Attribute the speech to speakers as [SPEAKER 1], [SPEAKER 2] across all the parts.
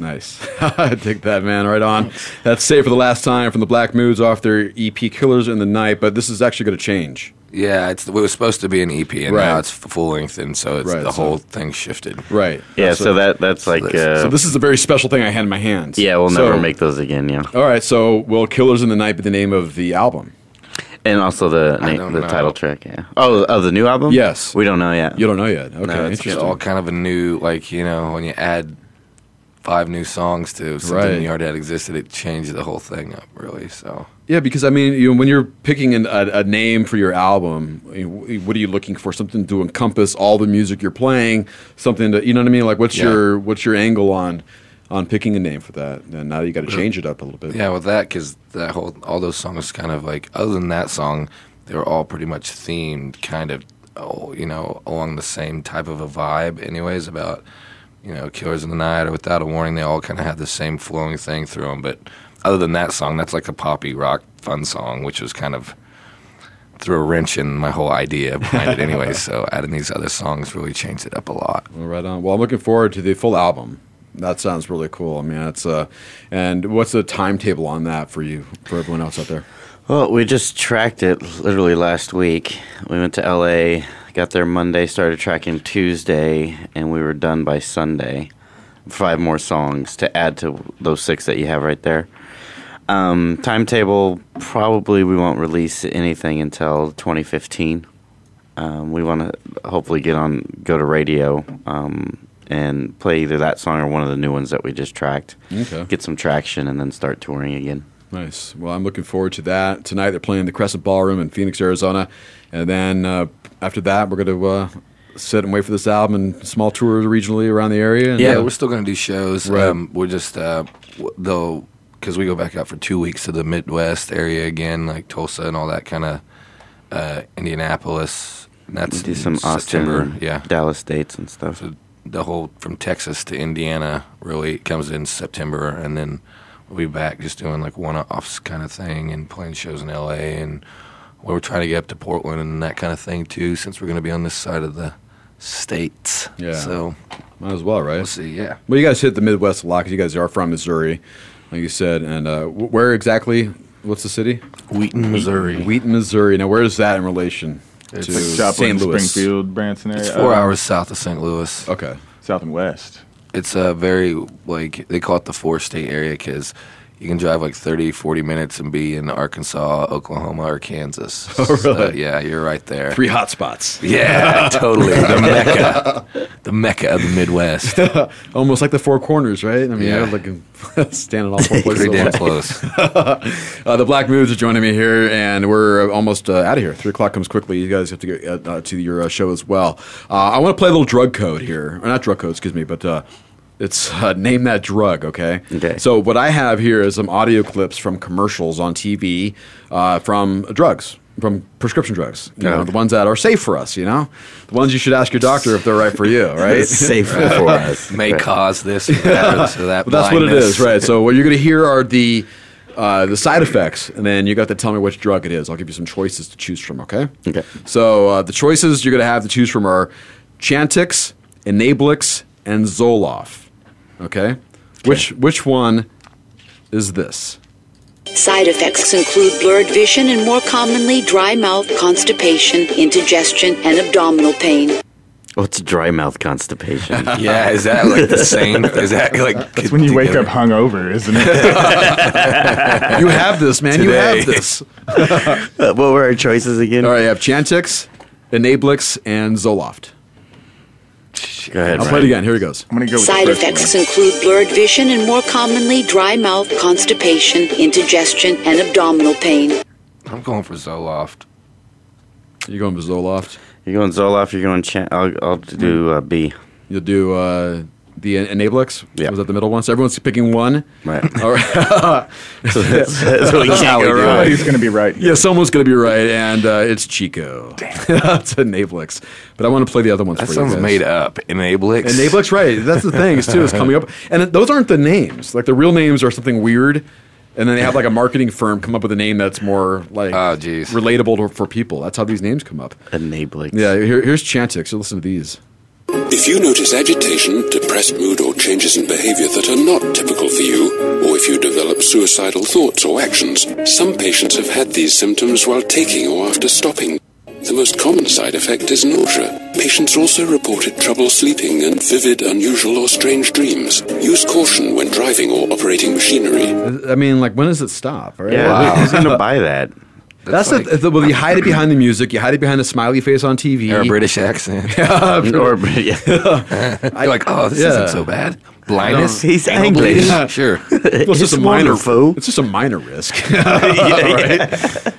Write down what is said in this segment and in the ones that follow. [SPEAKER 1] Nice. I dig that, man. Right on. That's Save for the Last Time from the Black Moods off their EP Killers in the Night, but this is actually going to change.
[SPEAKER 2] Yeah, it's, it was supposed to be an EP, and
[SPEAKER 1] Right.
[SPEAKER 2] now it's full length, and so it's
[SPEAKER 1] Right,
[SPEAKER 2] the
[SPEAKER 1] so-
[SPEAKER 2] whole thing shifted.
[SPEAKER 1] Right.
[SPEAKER 3] Yeah, so, that that's like
[SPEAKER 2] this-
[SPEAKER 3] uh,
[SPEAKER 1] So this is a very special thing I had in my hands.
[SPEAKER 3] yeah, we'll
[SPEAKER 1] So-
[SPEAKER 3] never make those again. Yeah,
[SPEAKER 1] All right, so will Killers in the Night be the name of the album?
[SPEAKER 3] and also the
[SPEAKER 2] I
[SPEAKER 3] na-
[SPEAKER 2] don't
[SPEAKER 3] the
[SPEAKER 2] know.
[SPEAKER 3] title track. Yeah. Oh, of the new album?
[SPEAKER 1] Yes.
[SPEAKER 3] We don't know yet.
[SPEAKER 1] You don't know yet. Okay,
[SPEAKER 2] No, it's
[SPEAKER 1] interesting.
[SPEAKER 2] all kind of a new, like you know, when you add five new songs to something
[SPEAKER 1] Right.
[SPEAKER 2] you already had existed, it changed the whole thing up, really. So
[SPEAKER 1] Yeah, because I mean, you know, when you're picking an, a, a name for your album, you know, what are you looking for? Something to encompass all the music you're playing. Something to, you know what I mean? Like, what's
[SPEAKER 2] Yeah.
[SPEAKER 1] your what's your angle on on picking a name for that? And now you got to change it up a little bit.
[SPEAKER 2] yeah, with that, because that whole all those songs kind of like other than that song, they were all pretty much themed, kind of, oh, you know, along the same type of a vibe, anyways. About you know, Killers in the Night or Without a Warning, they all kind of had the same flowing thing through them. But other than that song, that's like a poppy rock fun song, which was kind of threw a wrench in my whole idea behind it anyway. So adding these other songs really changed it up a lot.
[SPEAKER 1] Well, right on. Well, I'm looking forward to the full album. That sounds really cool. I mean, it's uh, and what's the timetable on that for you for everyone else out there?
[SPEAKER 3] Well, we just tracked it literally last week. We went to LA, got there Monday, started tracking Tuesday, and we were done by Sunday. Five more songs to add to those six that you have right there. Um, timetable probably we won't release anything until 2015. Um, we want to hopefully get on, go to radio, um, and play either that song or one of the new ones that we just tracked.
[SPEAKER 1] Okay.
[SPEAKER 3] Get some traction and then start touring again.
[SPEAKER 1] Nice. Well, I'm looking forward to that. Tonight they're playing the Crescent Ballroom in Phoenix, Arizona, and then uh, after that we're going to uh, sit and wait for this album and small tours regionally around the area. And,
[SPEAKER 2] Yeah,
[SPEAKER 1] uh,
[SPEAKER 2] we're still going to do shows.
[SPEAKER 1] Right.
[SPEAKER 2] Um, we're just uh, w- though because we go back out for two weeks to the Midwest area again, like Tulsa and all that kind of uh, Indianapolis. And that's
[SPEAKER 3] do
[SPEAKER 2] in
[SPEAKER 3] some Austin,
[SPEAKER 2] September.
[SPEAKER 3] and
[SPEAKER 2] yeah.
[SPEAKER 3] Dallas dates and stuff.
[SPEAKER 2] So the whole from Texas to Indiana really comes in September, and then we'll be back just doing like one-offs kind of thing and playing shows in L.A. and we we're trying to get up to Portland and that kind of thing too, since we're going to be on this side of the states.
[SPEAKER 1] Yeah.
[SPEAKER 2] So
[SPEAKER 1] might as well,
[SPEAKER 2] we'll
[SPEAKER 1] right?
[SPEAKER 2] see. Yeah.
[SPEAKER 1] Well, you guys hit the Midwest a lot because you guys are from Missouri, like you said. And uh, wh- where exactly? What's the city?
[SPEAKER 2] Wheaton, Missouri.
[SPEAKER 1] Wheaton, Missouri. Now, where is that in relation
[SPEAKER 4] It's
[SPEAKER 1] to
[SPEAKER 4] like Joplin,
[SPEAKER 1] St. Louis?
[SPEAKER 4] Springfield, Branson area.
[SPEAKER 2] It's four
[SPEAKER 4] uh,
[SPEAKER 2] hours south of St. Louis.
[SPEAKER 1] Okay.
[SPEAKER 4] South and west.
[SPEAKER 2] It's a very, like, they call it the four state area because you can drive like 30, 40 minutes and be in Arkansas, Oklahoma, or Kansas. Oh,
[SPEAKER 1] really?
[SPEAKER 2] yeah, you're right there.
[SPEAKER 1] Three hot spots.
[SPEAKER 2] yeah, totally. The mecca. The mecca of the Midwest.
[SPEAKER 1] Almost like the Four Corners, right? I mean,
[SPEAKER 2] Yeah.
[SPEAKER 1] yeah. like standing all four places.
[SPEAKER 2] Pretty
[SPEAKER 1] at
[SPEAKER 2] damn
[SPEAKER 1] once.
[SPEAKER 2] close.
[SPEAKER 1] Uh, the Black Moods are joining me here, and we're almost uh, out of here. Three o'clock comes quickly. You guys have to get uh, uh, to your uh, show as well. Uh, I want to play a little drug code here, or not drug code, excuse me, but uh, it's uh, name that drug. Okay.
[SPEAKER 3] Okay.
[SPEAKER 1] So what I have here is some audio clips from commercials on TV uh, from drugs. From prescription drugs, you know,
[SPEAKER 3] Okay.
[SPEAKER 1] the ones that are safe for us, you know, the ones you should ask your doctor if they're right for you, right?
[SPEAKER 3] It's safe for us.
[SPEAKER 2] May
[SPEAKER 3] Right.
[SPEAKER 2] cause this, or that, or that
[SPEAKER 1] But that's what it
[SPEAKER 2] blindness.
[SPEAKER 1] is, right? So what you're going to hear are the uh, the side effects, and then you got to tell me which drug it is. I'll give you some choices to choose from. Okay.
[SPEAKER 3] Okay.
[SPEAKER 1] So uh, the choices you're going to have to choose from are Chantix, Enablix, and Zoloft. Okay. Which which one is this?
[SPEAKER 5] Side effects include blurred vision and more commonly dry mouth, constipation, indigestion, and abdominal pain.
[SPEAKER 3] What's dry mouth constipation?
[SPEAKER 2] Yeah, is that like the same? Is that like.
[SPEAKER 4] It's when you wake up hungover, isn't it?
[SPEAKER 1] You have this, man. You
[SPEAKER 2] Today.
[SPEAKER 1] have this.
[SPEAKER 3] Uh, what were our choices again?
[SPEAKER 1] All right. You have Chantix, Enablix, and Zoloft.
[SPEAKER 3] Go ahead.
[SPEAKER 1] I'll play it
[SPEAKER 3] Ryan.
[SPEAKER 1] again. Here it goes.
[SPEAKER 4] I'm gonna go with
[SPEAKER 5] Side
[SPEAKER 4] the first
[SPEAKER 5] effects
[SPEAKER 4] One.
[SPEAKER 5] include blurred vision and more commonly dry mouth, constipation, indigestion, and abdominal pain.
[SPEAKER 2] I'm going for Zoloft.
[SPEAKER 1] You're going with Zoloft.
[SPEAKER 3] You're going Zoloft. You're going. Chan- I'll, I'll do uh, B.
[SPEAKER 1] You'll do uh, the Enablix.
[SPEAKER 3] Yeah.
[SPEAKER 1] Was that the middle one? So everyone's picking one.
[SPEAKER 3] Right.
[SPEAKER 1] All right.
[SPEAKER 3] so that's, that's what we can't go wrong.
[SPEAKER 4] Somebody's gonna be right.
[SPEAKER 1] yeah, someone's going to be right, and uh, it's Chico. it's Enablix. But I want to play the other ones
[SPEAKER 2] That
[SPEAKER 1] for
[SPEAKER 2] sounds
[SPEAKER 1] you. guys.
[SPEAKER 2] made up. Enable it.
[SPEAKER 1] Enablix, right. That's the thing, is too, is coming up. And it- those aren't the names. Like, the real names are something weird. And then they have like a marketing firm come up with a name that's more like
[SPEAKER 2] Oh, geez.
[SPEAKER 1] relatable to, for people. That's how these names come up.
[SPEAKER 3] Enabling.
[SPEAKER 1] Yeah, here, here's Chantix. So listen to these.
[SPEAKER 6] If you notice agitation, depressed mood, or changes in behavior that are not typical for you, or if you develop suicidal thoughts or actions, some patients have had these symptoms while taking or after stopping. The most common side effect is nausea. Patients also reported trouble sleeping and vivid, unusual, or strange dreams. Use caution when driving or operating machinery.
[SPEAKER 1] I mean, like, when does it stop? Right?
[SPEAKER 3] Yeah, who- who's gonna buy that?
[SPEAKER 1] That's,
[SPEAKER 2] like-
[SPEAKER 1] the, the, well, you hide it behind the music. You hide it behind a smiley face on TV.
[SPEAKER 2] Or a British accent.
[SPEAKER 3] or yeah,
[SPEAKER 2] You're like, oh, this
[SPEAKER 1] Yeah.
[SPEAKER 2] isn't so bad. Blindness?
[SPEAKER 3] He's
[SPEAKER 2] Anal
[SPEAKER 3] angry.
[SPEAKER 2] bleeding?
[SPEAKER 1] Yeah.
[SPEAKER 2] Sure.
[SPEAKER 1] Well, it's, just a
[SPEAKER 3] It's
[SPEAKER 1] minor.
[SPEAKER 3] wonderful.
[SPEAKER 1] It's just a minor risk. I,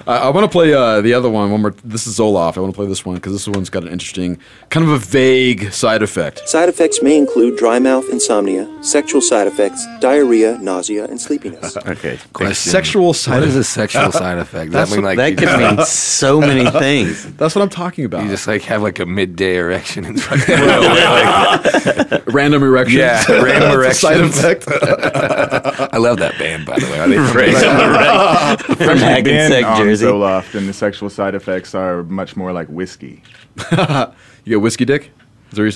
[SPEAKER 1] I want to play uh, the other one. One more. This is Zoloft. I want to play this one because this one's got an interesting, kind of a vague side effect.
[SPEAKER 7] Side effects may include dry mouth, insomnia, sexual side effects, diarrhea, nausea, and sleepiness.
[SPEAKER 3] okay.
[SPEAKER 1] A sexual side.
[SPEAKER 2] What is a
[SPEAKER 1] effect.
[SPEAKER 2] sexual side effect? Does
[SPEAKER 3] That's,
[SPEAKER 2] that mean like
[SPEAKER 3] that
[SPEAKER 2] you,
[SPEAKER 3] could
[SPEAKER 2] just,
[SPEAKER 3] mean so many things.
[SPEAKER 1] That's what I'm talking about.
[SPEAKER 2] you just like have like a midday erection and like, whoa, like
[SPEAKER 1] random erections.
[SPEAKER 2] Yeah, random
[SPEAKER 1] That's a
[SPEAKER 2] erections.
[SPEAKER 1] Side effect.
[SPEAKER 2] I love that band by the way. Are they from
[SPEAKER 3] From
[SPEAKER 4] Been
[SPEAKER 3] Hackensack,
[SPEAKER 4] on
[SPEAKER 3] Jersey.
[SPEAKER 4] Zoloft, and the sexual side effects are much more like whiskey.
[SPEAKER 1] You got whiskey dick. Is that what you're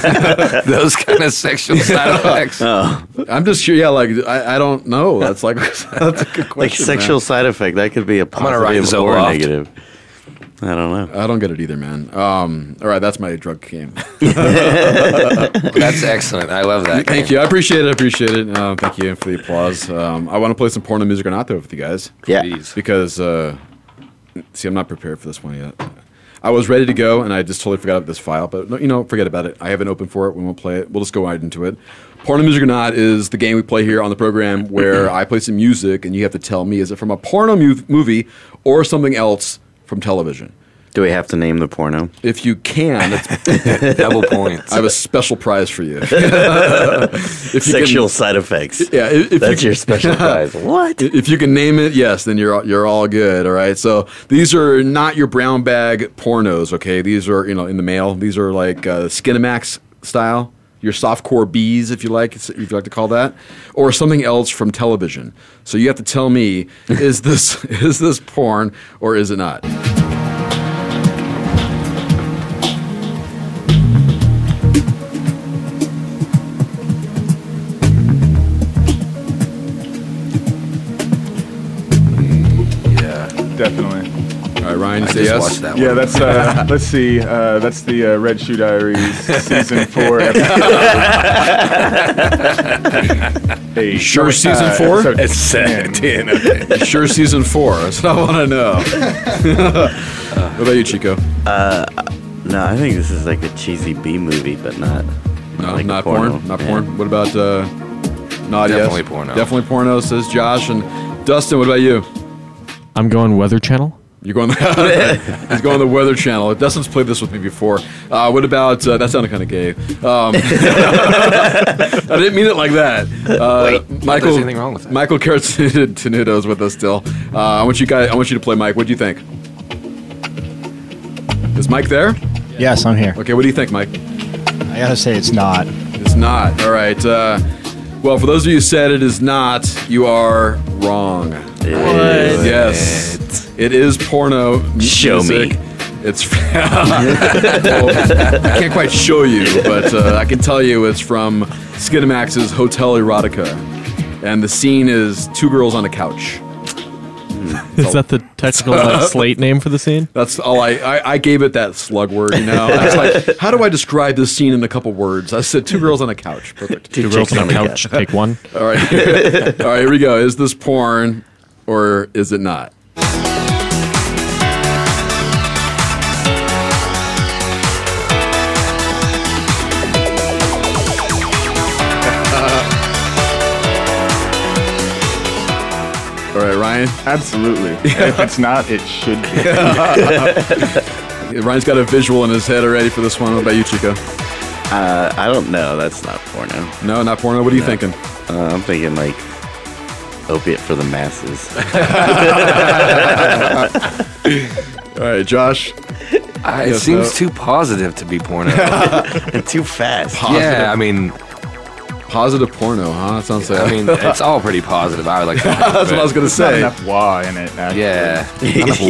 [SPEAKER 1] saying?
[SPEAKER 2] those kind of sexual side effects?
[SPEAKER 1] I'm just sure. Yeah, like I, I don't know. That's like that's a good question. man.
[SPEAKER 3] Like sexual side effect, that could be a
[SPEAKER 2] gonna write
[SPEAKER 3] positive
[SPEAKER 2] Zoloft.
[SPEAKER 3] or a negative. I don't know.
[SPEAKER 1] I don't get it either, man. Um, all right, that's my drug game.
[SPEAKER 2] That's excellent. I love that.
[SPEAKER 1] thank you. I appreciate it. I appreciate it. Um, thank you for the applause. Um, I want to play some porno music or not though with you guys.
[SPEAKER 3] Yeah.
[SPEAKER 2] Please.
[SPEAKER 1] Because uh, see, I'm not prepared for this one yet. I was ready to go, and I just totally forgot about this file. But no, you know, forget about it. I haven't opened for it. We won't play it. We'll just go right into it. Porno music or not is the game we play here on the program where I play some music, and you have to tell me is it from a porno mu- movie or something else from television.
[SPEAKER 3] Do we have to name the porno?
[SPEAKER 1] If you can, it's,
[SPEAKER 2] Double points.
[SPEAKER 1] I have a special prize for you. if you
[SPEAKER 3] Sexual side effects.
[SPEAKER 1] Can, yeah, if, if
[SPEAKER 3] That's
[SPEAKER 1] you,
[SPEAKER 3] your special prize. What?
[SPEAKER 1] If you can name it, yes, then you're you're all good. All right. So these are not your brown bag pornos. Okay, these are you know in the mail. These are like uh, Skinamax style, your softcore bees, if you like, if you like to call that, or something else from television. So you have to tell me is this is this porn or is it not?
[SPEAKER 2] yeah.
[SPEAKER 4] Definitely.
[SPEAKER 1] All right, Ryan, you
[SPEAKER 2] I
[SPEAKER 1] say
[SPEAKER 2] just
[SPEAKER 1] yes.
[SPEAKER 2] watched that
[SPEAKER 4] Yeah,
[SPEAKER 2] one.
[SPEAKER 4] that's uh, let's see. Uh, that's the uh, Red Shoe Diaries season four. Episode eight.
[SPEAKER 1] Sure, season
[SPEAKER 4] Uh,
[SPEAKER 1] four.
[SPEAKER 4] episode
[SPEAKER 2] It's sad. Ten. Okay.
[SPEAKER 1] sure, season four. That's what I want to know. what about you, Chico?
[SPEAKER 3] No, I think this is like a cheesy B movie, but not.
[SPEAKER 1] No,
[SPEAKER 3] like a
[SPEAKER 1] not
[SPEAKER 3] porno.
[SPEAKER 1] porn. Not
[SPEAKER 3] Yeah.
[SPEAKER 1] porn. What about uh, Nadia?
[SPEAKER 2] Definitely porno.
[SPEAKER 1] Definitely porno, says Josh. And Dustin, what about you?
[SPEAKER 8] I'm going Weather Channel.
[SPEAKER 1] You're going the, he's going the Weather Channel. Dustin's played this with me before. Uh, what about, uh, that sounded kind of gay. Um, I didn't mean it like that. Uh, Michael,
[SPEAKER 2] there's anything wrong with that.
[SPEAKER 1] Michael Carrot is with us still. Uh, I want you guys, I want you to play Mike. What do you think? Is Mike there?
[SPEAKER 9] Yes, I'm here.
[SPEAKER 1] Okay, what do you think, Mike?
[SPEAKER 9] I gotta say, it's not.
[SPEAKER 1] It's not. All right. Uh, well, for those of you who said it is not, you are wrong. Yes. It is porno. m-
[SPEAKER 3] Show me.
[SPEAKER 1] music. It's. well, I can't quite show you, but uh, I can tell you it's from Skidamax's Hotel Erotica. And the scene is two girls on a couch.
[SPEAKER 8] Is that the technical like, slate name for the scene?
[SPEAKER 1] That's all I, I. I gave it that slug word, you know? I was like, how do I describe this scene in a couple words? I said, two girls on a couch. Perfect.
[SPEAKER 8] Two girls on a couch. Take one.
[SPEAKER 1] All right. All right, here we go. Is this porn or is it not? All right, Ryan.
[SPEAKER 4] Absolutely. If it's not, it should be.
[SPEAKER 1] Ryan's got a visual in his head already for this one. What about you, Chico?
[SPEAKER 3] Uh, I don't know. That's not porno.
[SPEAKER 1] No, not porno. What are you thinking?
[SPEAKER 3] Uh, I'm thinking like opiate for the masses.
[SPEAKER 1] All right, Josh.
[SPEAKER 2] I, Uh, it
[SPEAKER 1] Yes,
[SPEAKER 2] seems
[SPEAKER 1] no.
[SPEAKER 2] too positive to be porno.
[SPEAKER 3] Too fast.
[SPEAKER 2] yeah, I mean,
[SPEAKER 1] Positive porno, huh? That sounds like.
[SPEAKER 2] I mean, it's all pretty positive. I would like. To
[SPEAKER 1] that's what I was gonna say.
[SPEAKER 4] Enough wah in it. Actually.
[SPEAKER 2] Yeah, kind of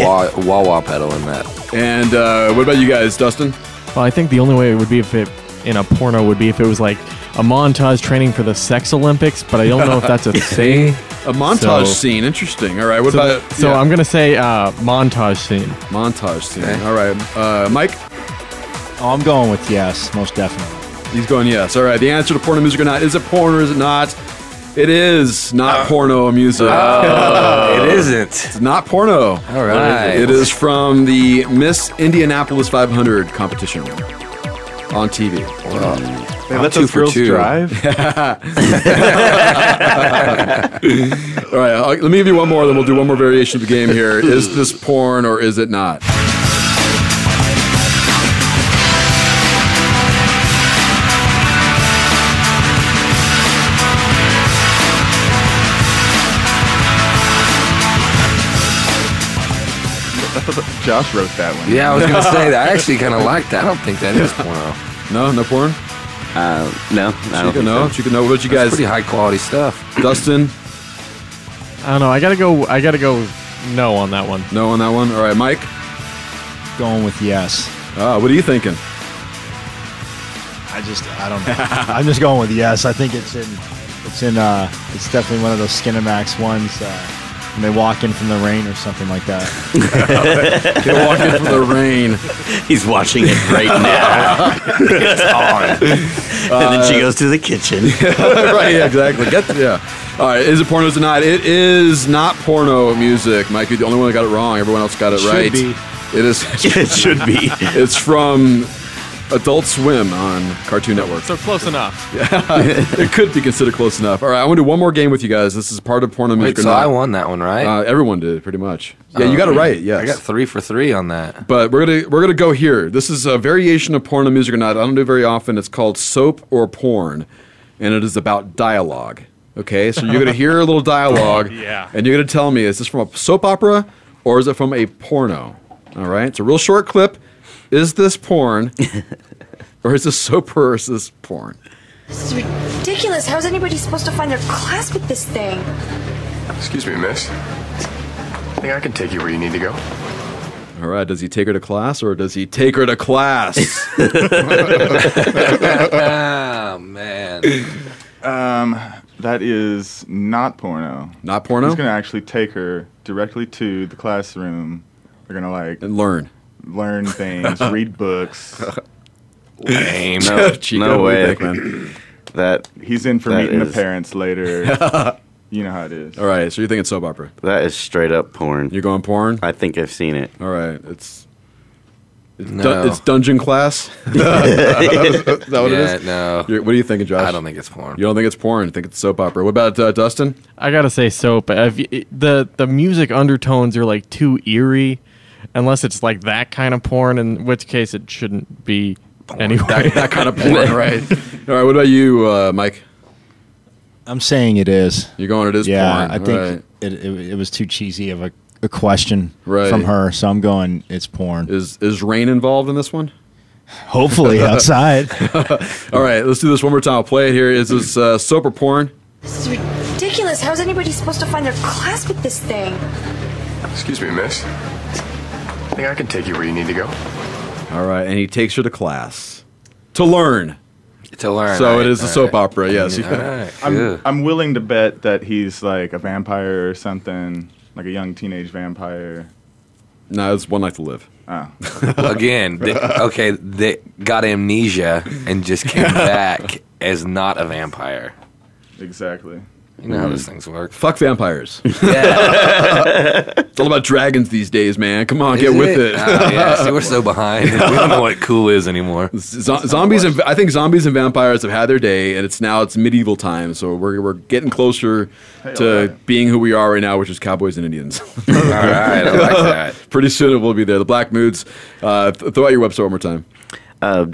[SPEAKER 2] wah wah pedal in that.
[SPEAKER 1] And uh, what about you guys, Dustin?
[SPEAKER 8] Well, I think the only way it would be if it in a porno would be if it was like a montage training for the sex Olympics, but I don't know if that's a thing.
[SPEAKER 1] A montage
[SPEAKER 8] So-
[SPEAKER 1] scene. Interesting. All right. What
[SPEAKER 8] so
[SPEAKER 1] about
[SPEAKER 8] th- so
[SPEAKER 1] yeah,
[SPEAKER 8] I'm gonna say uh, montage scene.
[SPEAKER 1] montage scene? All right. Uh, Mike,
[SPEAKER 9] Oh, I'm going with yes, most definitely.
[SPEAKER 1] he's going yes. All right. The answer to porno music or not is it porn or is it not? It is
[SPEAKER 2] Uh,
[SPEAKER 1] not porno music.
[SPEAKER 2] it isn't.
[SPEAKER 1] It's not porno.
[SPEAKER 2] uh, All right.
[SPEAKER 1] It is from the Miss Indianapolis 500 competition on TV.
[SPEAKER 4] They let
[SPEAKER 2] two
[SPEAKER 4] those
[SPEAKER 2] for
[SPEAKER 4] girls
[SPEAKER 2] two.
[SPEAKER 4] drive.
[SPEAKER 1] All right, I'll- let me give you one more, then we'll do one more variation of the game here. Is this porn or is it not?
[SPEAKER 4] Josh wrote that one.
[SPEAKER 2] Yeah, I was gonna say that. I actually kind of like that. I don't think that is porno.
[SPEAKER 1] No, no porn?
[SPEAKER 3] No, I
[SPEAKER 1] Chica,
[SPEAKER 3] don't think
[SPEAKER 1] no.
[SPEAKER 3] so.
[SPEAKER 1] Chica, no. What about you
[SPEAKER 2] That's
[SPEAKER 1] guys?
[SPEAKER 2] pretty high quality stuff.
[SPEAKER 1] Dustin,
[SPEAKER 8] I don't know. I gotta go. I gotta go. No on that one.
[SPEAKER 1] no on that one. All right, Mike,
[SPEAKER 9] Going with yes.
[SPEAKER 1] uh, what are you thinking?
[SPEAKER 9] I just I don't know. I'm just going with yes. I think it's in it's in uh it's definitely one of those Skinamax ones. Uh, when they walk in from the rain or something like that.
[SPEAKER 1] They walk in from the rain.
[SPEAKER 3] He's watching it right now. it's on. and then she goes to the kitchen.
[SPEAKER 1] right, Uh, yeah, exactly. Get yeah. All right, is it porno? Is it not? It is not porno music. Mike, you're the only one that got it wrong. Everyone else got it
[SPEAKER 8] Should
[SPEAKER 1] right.
[SPEAKER 8] be.
[SPEAKER 1] It is.
[SPEAKER 3] it should be.
[SPEAKER 1] It's from Adult Swim on Cartoon Network.
[SPEAKER 8] So close enough.
[SPEAKER 1] It could be considered close enough. All right, I want to do one more game with you guys. This is part of porno music.
[SPEAKER 2] Wait,
[SPEAKER 1] or
[SPEAKER 2] so
[SPEAKER 1] not.
[SPEAKER 2] I won that one, right? Oh,
[SPEAKER 1] Uh, everyone did pretty much. Yeah, you got it right. Yes.
[SPEAKER 2] I got three for three on that.
[SPEAKER 1] but we're gonna we're gonna go here. This is a variation of porno music or not. I don't do it very often. It's called soap or porn, and it is about dialogue. Okay, so you're gonna hear a little dialogue,
[SPEAKER 8] Yeah.
[SPEAKER 1] and you're gonna tell me is this from a soap opera or is it from a porno? All right, it's a real short clip. Is this porn, or is this soap or is this porn?
[SPEAKER 10] This is ridiculous. How's anybody supposed to find their class with this thing?
[SPEAKER 6] Excuse me, miss. I think I can take you where you need to go.
[SPEAKER 1] All right, does he take her to class or does he take her to class?
[SPEAKER 2] Oh man,
[SPEAKER 4] That is not porno.
[SPEAKER 1] Not porno.
[SPEAKER 4] He's gonna actually take her directly to the classroom. They're gonna like
[SPEAKER 1] and learn.
[SPEAKER 4] learn things, read books.
[SPEAKER 2] lame.
[SPEAKER 1] Chico,
[SPEAKER 3] no
[SPEAKER 1] what do you
[SPEAKER 3] way.
[SPEAKER 1] think, man?
[SPEAKER 3] That
[SPEAKER 4] He's in for
[SPEAKER 3] That
[SPEAKER 4] meeting the
[SPEAKER 3] is-
[SPEAKER 4] parents later. you know how it is.
[SPEAKER 1] All right, so you're thinking soap opera.
[SPEAKER 3] that is straight up porn.
[SPEAKER 1] You're going porn.
[SPEAKER 3] I think I've seen it.
[SPEAKER 1] All right, it's it's, dun-
[SPEAKER 2] No.
[SPEAKER 1] it's dungeon class. is that what
[SPEAKER 2] yeah,
[SPEAKER 1] it is?
[SPEAKER 2] no,
[SPEAKER 1] You're- what are you thinking, Josh?
[SPEAKER 2] I don't think it's porn.
[SPEAKER 1] you don't think it's porn. You think it's soap opera. What about uh, Dustin?
[SPEAKER 8] I gotta say soap. If y- the the music undertones are like too eerie, unless it's like that kind of porn, in which case it shouldn't be anyway.
[SPEAKER 1] That kind of porn, right? All right. What about you, uh, Mike?
[SPEAKER 9] I'm saying it is.
[SPEAKER 1] You're going. It is
[SPEAKER 9] Yeah,
[SPEAKER 1] porn.
[SPEAKER 9] I think
[SPEAKER 1] All right.
[SPEAKER 9] it, it it was too cheesy of a, a question
[SPEAKER 1] Right.
[SPEAKER 9] from her, so I'm going it's porn.
[SPEAKER 1] is is rain involved in this one?
[SPEAKER 9] Hopefully outside.
[SPEAKER 1] All right, let's do this one more time. I'll play it here. Is this uh, soap or porn?
[SPEAKER 10] This is ridiculous. How's anybody supposed to find their class with this thing?
[SPEAKER 6] Excuse me, miss. I think I can take you where you need to go.
[SPEAKER 1] All right, and he takes her to class to learn.
[SPEAKER 2] To learn.
[SPEAKER 1] so
[SPEAKER 2] right,
[SPEAKER 1] it is a
[SPEAKER 2] all
[SPEAKER 1] soap
[SPEAKER 2] right.
[SPEAKER 1] opera. Yes.
[SPEAKER 2] All right,
[SPEAKER 4] I'm,
[SPEAKER 2] good.
[SPEAKER 4] I'm willing to bet that he's like a vampire or something, like a young teenage vampire.
[SPEAKER 1] No, it's one life to live.
[SPEAKER 2] Again, they, okay, they got amnesia and just came back as not a vampire.
[SPEAKER 4] Exactly.
[SPEAKER 2] You know how
[SPEAKER 1] Mm-hmm.
[SPEAKER 2] those things work.
[SPEAKER 1] Fuck vampires.
[SPEAKER 2] Yeah,
[SPEAKER 1] It's all about dragons these days, man. Come on, get with it.
[SPEAKER 2] Ah, yeah, see, we're so behind. We don't know what cool is anymore.
[SPEAKER 1] Zo- zombies and I think zombies and vampires have had their day, and it's now it's medieval time. So we're we're getting closer to
[SPEAKER 4] alright.
[SPEAKER 1] being who we are right now, which is cowboys and Indians.
[SPEAKER 2] All right, I like that.
[SPEAKER 1] Pretty soon it will be there. The Black Moods. Uh, th- throw out your website one more time.
[SPEAKER 3] Uh,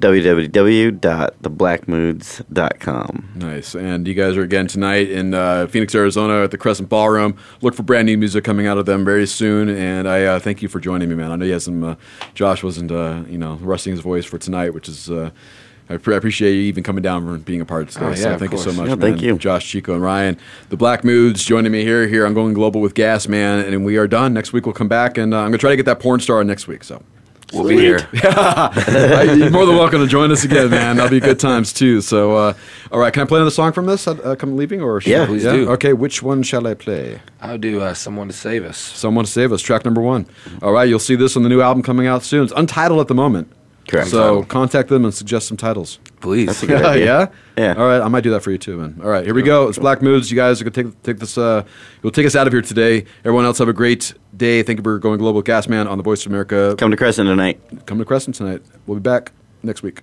[SPEAKER 3] www.theblackmoods.com.
[SPEAKER 1] Nice. And you guys are again tonight in uh, Phoenix, Arizona at the Crescent Ballroom. Look for brand new music coming out of them very soon. And I uh, thank you for joining me, man. I know you had some, uh, Josh wasn't, uh, you know, rusting his voice for tonight, which is, uh, I pre- appreciate you even coming down and being a part of today.
[SPEAKER 2] Oh, yeah,
[SPEAKER 1] so
[SPEAKER 2] of
[SPEAKER 1] thank you so
[SPEAKER 2] course.
[SPEAKER 1] much,
[SPEAKER 3] Yeah,
[SPEAKER 1] man.
[SPEAKER 3] thank you.
[SPEAKER 1] Josh, Chico, and Ryan. The Black Moods joining me here, here on Going Global with Gas, man. And we are done. Next week we'll come back and uh, I'm going to try to get that porn star next week. So
[SPEAKER 2] We'll be here.
[SPEAKER 1] I- You're more than welcome to join us again, man. That'll be good times too. So, uh, all right, can I play another song from this? Uh, uh, come leaving, or should
[SPEAKER 2] Yeah, please do.
[SPEAKER 1] Okay, which one shall I play?
[SPEAKER 2] I'll do uh, Someone to Save Us.
[SPEAKER 1] Someone to save us, track number one. All right, you'll see this on the new album coming out soon. It's untitled at the moment.
[SPEAKER 2] Correct.
[SPEAKER 1] So contact them and suggest some titles,
[SPEAKER 2] please.
[SPEAKER 3] That's a good idea.
[SPEAKER 1] yeah,
[SPEAKER 3] Yeah.
[SPEAKER 1] All right, I might do that for you too, man. All right, here we go. It's Black Moods. You guys are gonna take take this. Uh, you'll take us out of here today. Everyone else, have a great day. Thank you for going global, Gas Man, on the Voice of America.
[SPEAKER 3] Come to Crescent tonight.
[SPEAKER 1] Come to Crescent tonight. We'll be back next week.